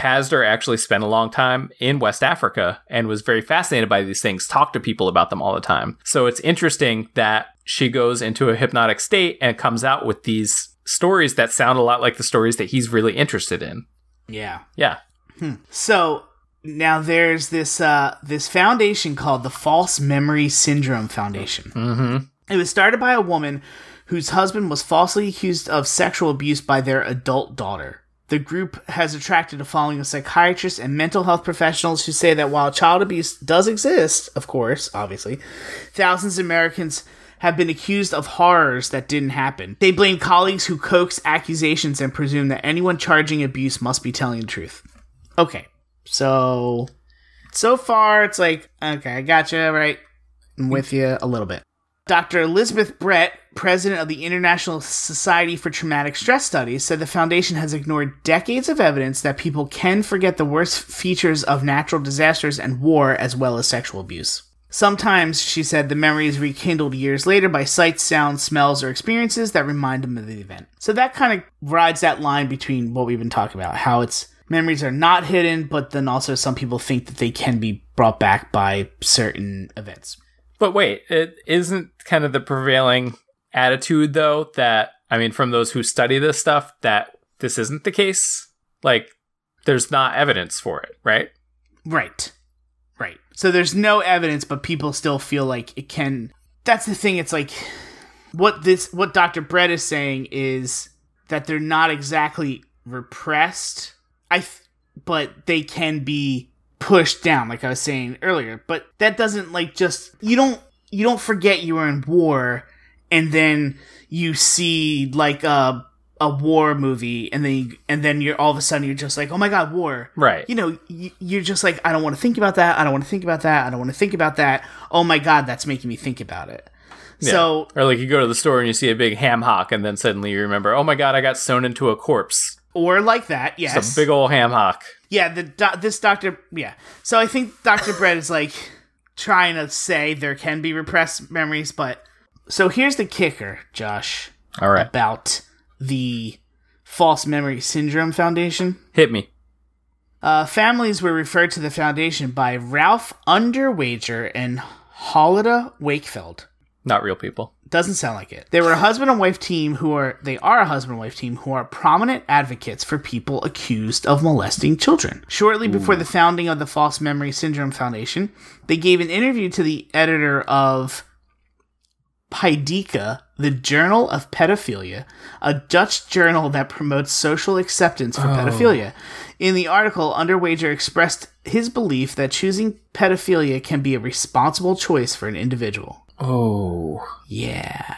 C: Pasder actually spent a long time in West Africa and was very fascinated by these things, talked to people about them all the time. So it's interesting that she goes into a hypnotic state and comes out with these stories that sound a lot like the stories that he's really interested in.
B: Yeah.
C: Yeah.
B: So now there's this uh, this foundation called the False Memory Syndrome Foundation.
C: Mm-hmm.
B: It was started by a woman whose husband was falsely accused of sexual abuse by their adult daughter. The group has attracted a following of psychiatrists and mental health professionals who say that while child abuse does exist, of course, obviously, thousands of Americans have been accused of horrors that didn't happen. They blame colleagues who coax accusations and presume that anyone charging abuse must be telling the truth. Okay, so so far it's like okay, I gotcha, right? I'm with you a little bit. Dr. Elizabeth Brett, president of the International Society for Traumatic Stress Studies, said the foundation has ignored decades of evidence that people can forget the worst features of natural disasters and war as well as sexual abuse. Sometimes, she said, the memory is rekindled years later by sights, sounds, smells, or experiences that remind them of the event. So that kind of rides that line between what we've been talking about, how it's memories are not hidden, but then also some people think that they can be brought back by certain events.
C: But wait, it isn't kind of the prevailing attitude though that I mean from those who study this stuff that this isn't the case. Like there's not evidence for it, right?
B: Right. Right. So there's no evidence, but people still feel like it can. That's the thing. It's like what this, what Dr. Brett is saying is that they're not exactly repressed. I, th- but they can be pushed down, like I was saying earlier. But that doesn't like just you don't you don't forget you were in war, and then you see like a a war movie, and then you, and then you're all of a sudden you're just like, oh my god, war
C: Right.
B: you know, y- you're just like, I don't want to think about that. I don't want to think about that. I don't want to think about that. Oh my God, that's making me think about it. So,
C: Or like you go to the store and you see a big ham hock and then suddenly you remember, oh my god, I got sewn into a corpse.
B: or like that, yes.
C: It's a big old ham hock.
B: yeah, the do- this doctor, yeah. So I think Dr. Brett is like trying to say there can be repressed memories, but. So here's the kicker, Josh,
C: All right.
B: about the False Memory Syndrome Foundation.
C: Hit me.
B: Uh, families were referred to the foundation by Ralph Underwager and Holida Wakefeld.
C: Not real people.
B: Doesn't sound like it. They were a husband and wife team who are they are a husband and wife team who are prominent advocates for people accused of molesting children. Shortly before the founding of the False Memory Syndrome Foundation, they gave an interview to the editor of Paideika, the Journal of Pedophilia, a Dutch journal that promotes social acceptance for pedophilia. In the article, Underwager expressed his belief that choosing pedophilia can be a responsible choice for an individual.
C: Oh.
B: Yeah.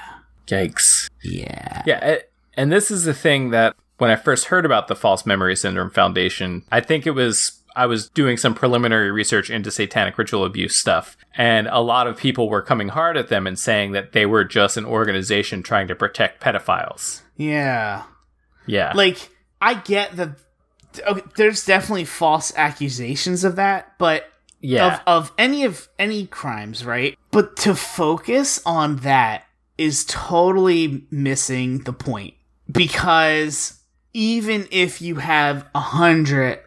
C: Yikes.
B: Yeah.
C: Yeah, it, and this is the thing that when I first heard about the False Memory Syndrome Foundation, I think it was I was doing some preliminary research into satanic ritual abuse stuff, and a lot of people were coming hard at them and saying that they were just an organization trying to protect pedophiles.
B: Yeah.
C: Yeah,
B: Like, I get the. Okay, there's definitely false accusations of that, but
C: yeah,
B: of, of any of any crimes, right? But to focus on that is totally missing the point because even if you have a hundred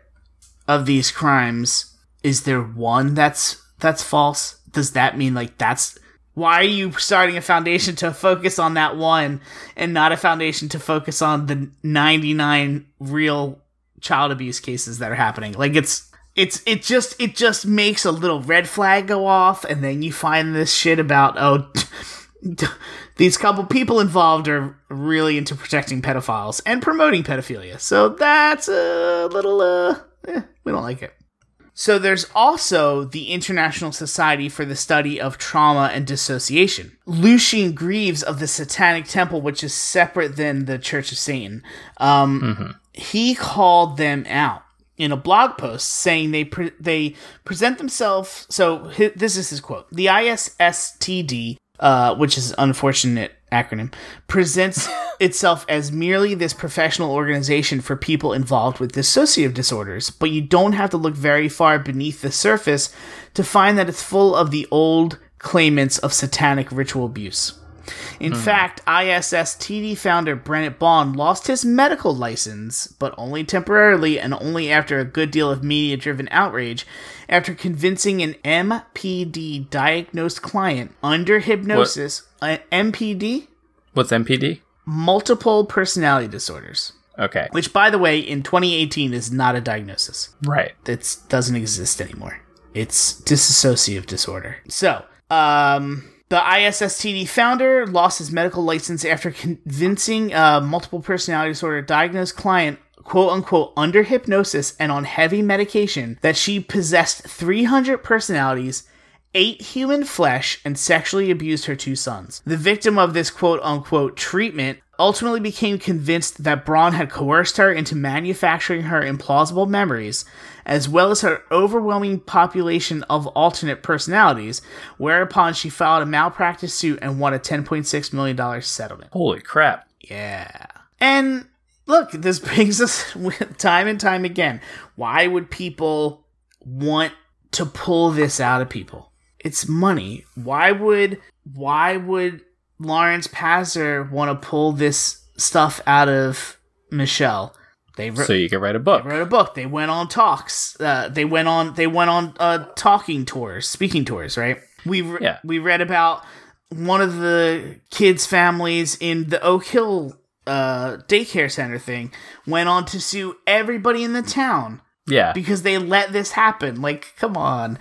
B: of these crimes, is there one that's that's false? Does that mean like that's why are you starting a foundation to focus on that one and not a foundation to focus on the 99 real child abuse cases that are happening. Like it's it's it just it just makes a little red flag go off, and then you find this shit about oh. These couple people involved are really into protecting pedophiles and promoting pedophilia, so that's a little uh, eh, we don't like it. So there's also the International Society for the Study of Trauma and Dissociation. Lucian Greaves of the Satanic Temple, which is separate than the Church of Satan, um, he called them out in a blog post saying they pre- they present themselves so hi this is his quote the ISSTD uh, which is an unfortunate acronym presents itself as merely this professional organization for people involved with dissociative disorders but you don't have to look very far beneath the surface to find that it's full of the old claimants of satanic ritual abuse In fact, ISSTD founder Brennett Bond lost his medical license, but only temporarily and only after a good deal of media driven outrage, after convincing an MPD diagnosed client under hypnosis, uh, MPD,
C: What's MPD?
B: multiple personality disorders,
C: Okay.
B: which, by the way, in 2018 is not a diagnosis
C: Right.
B: that doesn't exist anymore. It's dissociative disorder. So, um, the ISSTD founder lost his medical license after convincing a multiple personality disorder diagnosed client, quote unquote, under hypnosis and on heavy medication, that she possessed 300 personalities. Ate human flesh and sexually abused her two sons. The victim of this quote unquote treatment ultimately became convinced that Braun had coerced her into manufacturing her implausible memories, as well as her overwhelming population of alternate personalities, whereupon she filed a malpractice suit and won a $10.6 million settlement.
C: Holy crap.
B: Yeah. And look, this brings us with- time and time again. Why would people want to pull this out of people? It's money. Why would why would Lawrence Passer want to pull this stuff out of Michelle? They wrote,
C: So you can write a book.
B: wrote a book. They went on talks. Uh, they went on they went on uh, talking tours, speaking tours. Right? We re-
C: Yeah.
B: we read about one of the kids' families in the Oak Hill uh, daycare center thing went on to sue everybody in the town
C: Yeah.
B: because they let this happen. Like, come on.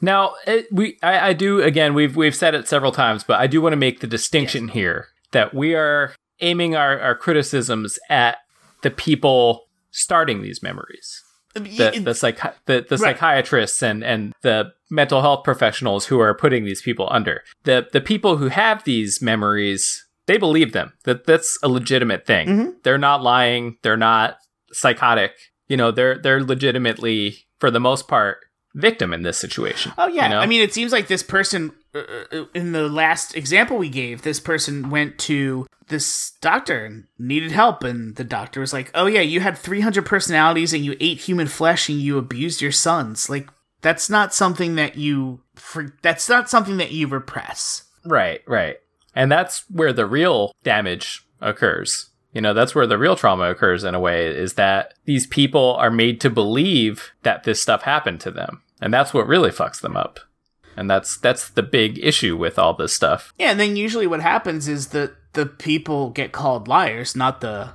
C: Now it, we, I, I do again. We've we've said it several times, but I do want to make the distinction here that we are aiming our, our criticisms at the people starting these memories, the the, psychi- the, the
B: Right.
C: psychiatrists and and the mental health professionals who are putting these people under the the people who have these memories. They believe them. That that's a legitimate thing. They're not lying. They're not psychotic. You know, they're they're legitimately, for the most part, victim in this situation.
B: Oh yeah,
C: you know?
B: I mean, it seems like this person uh, uh, in the last example we gave, this person went to this doctor and needed help, and the doctor was like, "Oh yeah, you had three hundred personalities, and you ate human flesh, and you abused your sons. Like that's not something that you for, that's not something that you repress."
C: Right, right. And that's where the real damage occurs. You know, that's where the real trauma occurs in a way is that these people are made to believe that this stuff happened to them. And that's what really fucks them up. And that's that's the big issue with all this stuff.
B: Yeah, and then usually what happens is that the people get called liars, not the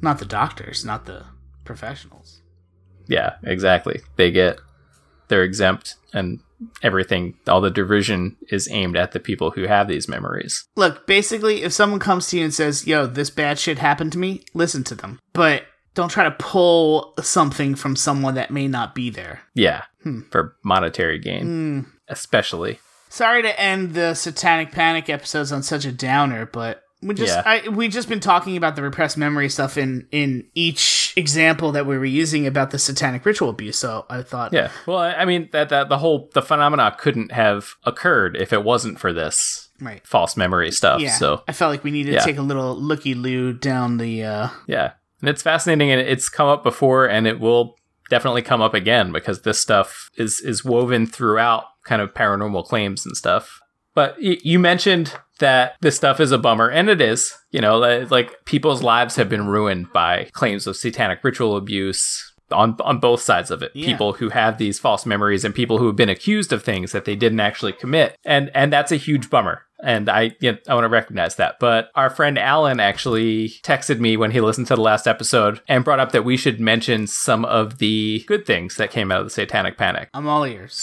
B: not the doctors, not the professionals.
C: Yeah, exactly. They get they're exempt and everything all the derision is aimed at the people who have these memories.
B: look, basically, if someone comes to you and says, "Yo, this bad shit happened to me," listen to them, but don't try to pull something from someone that may not be there.
C: Yeah. For monetary gain. Especially.
B: Sorry to end the Satanic Panic episodes on such a downer, but we just
C: Yeah.
B: I, we just been talking about the repressed memory stuff in in each example that we were using about the satanic ritual abuse. So I thought,
C: Yeah. Well, I I mean that that the whole the phenomena couldn't have occurred if it wasn't for this
B: right.
C: false memory stuff.
B: Yeah,
C: So
B: I felt like we needed
C: Yeah.
B: to take a little looky loo down the uh,
C: yeah, and it's fascinating, and it's come up before, and it will definitely come up again because this stuff is is woven throughout kind of paranormal claims and stuff. But y- you mentioned that this stuff is a bummer, and it is. You know, li- like people's lives have been ruined by claims of satanic ritual abuse on on both sides of it.
B: Yeah.
C: People who have these false memories and people who have been accused of things that they didn't actually commit, and and that's a huge bummer. And I you know, I want to recognize that. But our friend Alan actually texted me when he listened to the last episode and brought up that we should mention some of the good things that came out of the Satanic Panic
B: I'm all ears.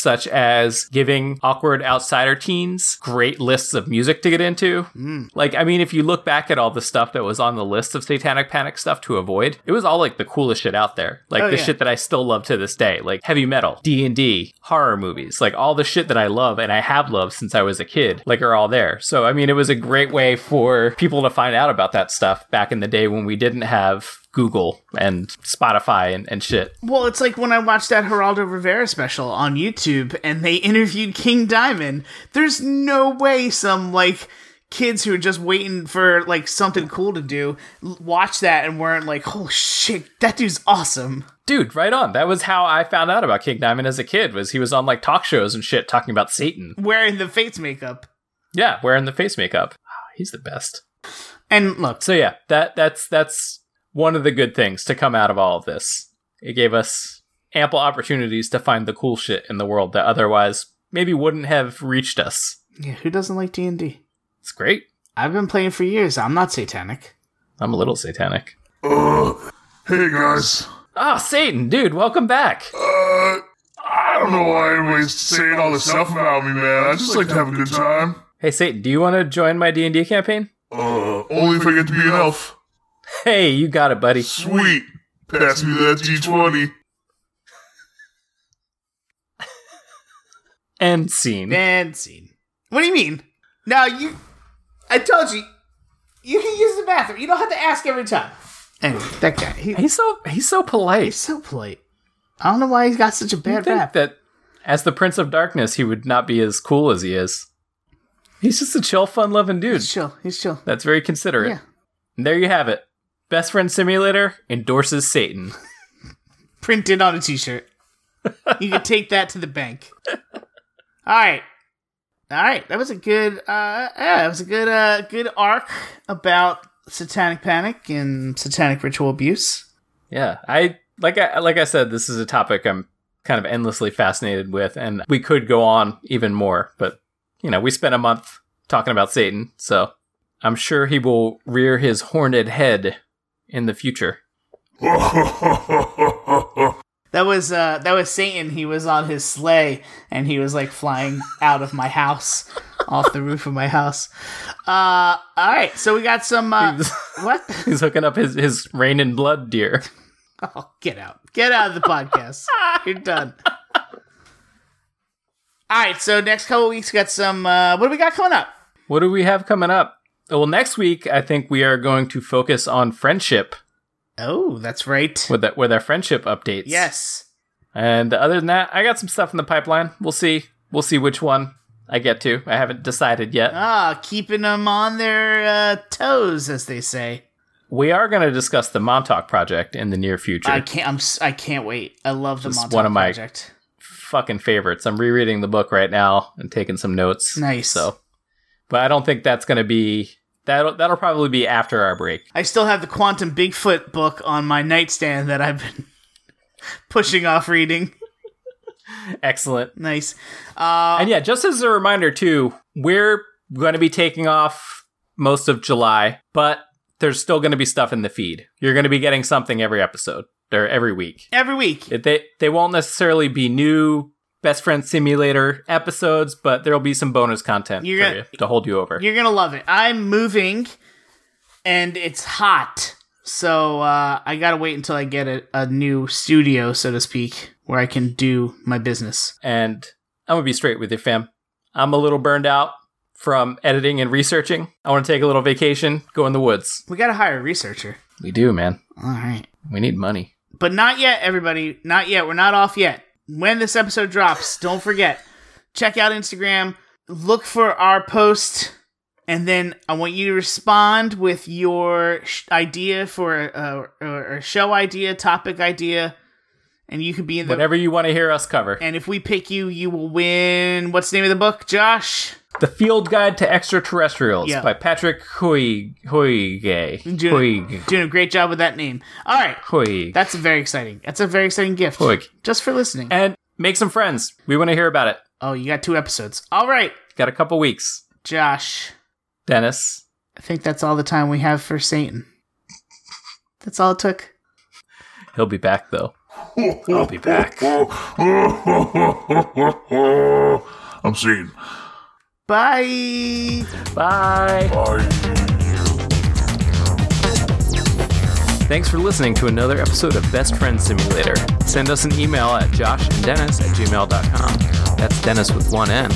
C: such as giving awkward outsider teens great lists of music to get into.
B: Hmm.
C: Like, I mean, if you look back at all the stuff that was on the list of Satanic Panic stuff to avoid, it was all like the coolest shit out there. Like
B: Oh,
C: the
B: yeah.
C: shit that I still love to this day, like heavy metal, D and D, horror movies, like all the shit that I love and I have loved since I was a kid, like are all there. So, I mean, it was a great way for people to find out about that stuff back in the day when we didn't have Google and Spotify and, and shit.
B: Well, it's like when I watched that Geraldo Rivera special on YouTube and they interviewed King Diamond. There's no way some like kids who are just waiting for like something cool to do l- watch that and weren't like, "Oh shit, that dude's awesome."
C: dude right on that was how i found out about king diamond as a kid was he was on like talk shows and shit talking about satan
B: Wearing the Fates makeup.
C: Yeah, wearing the face makeup. Wow, he's the best.
B: And look,
C: So yeah, that that's that's one of the good things to come out of all of this. It gave us ample opportunities to find the cool shit in the world that otherwise maybe wouldn't have reached us.
B: yeah, who doesn't like D and D?
C: It's great.
B: I've been playing for years. I'm not satanic.
C: I'm a little satanic.
D: Uh, hey guys.
C: Ah, Satan, dude, welcome back.
D: Uh, I don't know why everybody's saying all this stuff about me, man. I just like to have a good time.
C: Hey Satan, do you want to join my D&D campaign?
D: Uh, only if I get to be an elf.
C: Hey, you got it, buddy.
D: Sweet. Pass me that D20.
C: End scene.
B: And scene. What do you mean? Now you, I told you, you can use the bathroom. You don't have to ask every time. Anyway, that guy, he,
C: He's so he's so
B: he's
C: polite.
B: so polite. I don't know why he's got such a
C: I
B: bad
C: think
B: rap.
C: that as the Prince of Darkness, he would not be as cool as he is. He's just a chill, fun-loving dude.
B: He's chill. He's chill.
C: That's very considerate.
B: Yeah.
C: And there you have it. Best Friend Simulator endorses Satan.
B: Printed on a t-shirt. you can take that to the bank. All right. All right. That was a good. Uh, yeah, that was a good. Uh, good arc about satanic panic and satanic ritual abuse.
C: Yeah, I like I like I said, this is a topic I'm kind of endlessly fascinated with, and we could go on even more, but you know, we spent a month talking about Satan, so I'm sure he will rear his horned head in the future.
B: That was uh that was Satan. He was on his sleigh and he was like flying out of my house, off the roof of my house. Uh all right, so we got some uh what?
C: He's hooking up his, his rain and blood deer.
B: Oh, get out. Get out of the podcast. You're done. All right, so next couple weeks we got some uh what do we got coming up?
C: What do we have coming up? Well, next week I think we are going to focus on friendship
B: Oh, that's right.
C: with that with our friendship updates.
B: Yes.
C: And other than that, I got some stuff in the pipeline. We'll see. We'll see which one I get to. I haven't decided yet.
B: Ah, keeping them on their uh, toes as they say.
C: we are going to discuss the Montauk project in the near future.
B: I can't I'm s- I can't wait. I love the
C: Just
B: Montauk
C: one of my-
B: project.
C: Fucking favorites. I'm rereading the book right now and taking some notes.
B: Nice.
C: So, but I don't think that's going to be that'll that'll probably be after our break.
B: I still have the Quantum Bigfoot book on my nightstand that I've been pushing off reading.
C: Excellent.
B: Nice. Uh,
C: And yeah, just as a reminder too, we're going to be taking off most of July, but there's still going to be stuff in the feed. You're going to be getting something every episode or every week.
B: every week.
C: It- they they won't necessarily be new best friend simulator episodes but there'll be some bonus content
B: You're
C: for
B: gonna-
C: you to hold you over
B: You're going to love it. I'm moving and it's hot. So uh, I got to wait until I get a, a new studio, so to speak, where I can do my business.
C: and i'm gonna be straight with you fam i'm a little burned out from editing and researching i want to take a little vacation go in the woods
B: We got to hire a researcher.
C: we do man
B: All right.
C: we need money
B: But not yet, everybody. Not yet. We're not off yet. When this episode drops, don't forget, check out Instagram, look for our post, and then I want you to respond with your sh- idea for a, a, or a show idea, topic idea, and you could be in the.
C: whatever you want to hear us cover
B: And if we pick you, you will win. What's the name of the book, Josh?
C: the field guide to extraterrestrials
B: Yeah.
C: by patrick hoy hoyge
B: Doing,
C: hoyge
B: doing a great job with that name. All right.
C: hoyge
B: That's very exciting. That's a very exciting gift.
C: Hoig.
B: Just for listening.
C: and make some friends we want to hear about it
B: Oh, you got two episodes. All right,
C: got a couple weeks
B: Josh.
C: dennis
B: I think that's all the time we have for Satan. That's all it took.
C: he'll be back though
D: I'll
C: be back.
D: I'm seeing.
B: Bye.
C: Bye.
D: Bye.
C: Thanks for listening to another episode of Best Friend Simulator. Send us an email at joshanddennis at gmail.com. That's Dennis with one N.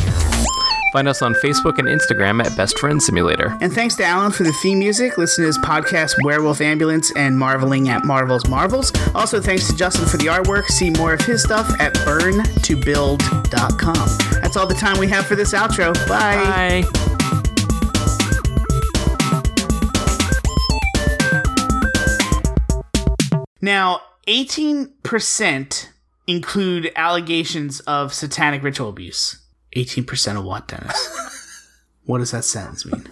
C: Find us on Facebook and Instagram at Best Friend Simulator.
B: And thanks to Alan for the theme music. Listen to his podcast, Werewolf Ambulance and Marveling at Marvel's Marvels. Also, thanks to Justin for the artwork. See more of his stuff at burntobuild.com. That's all the time we have for this outro. Bye.
C: Bye.
B: Now, 18% include allegations of satanic ritual abuse. 18% of what, Dennis? What does that sentence mean?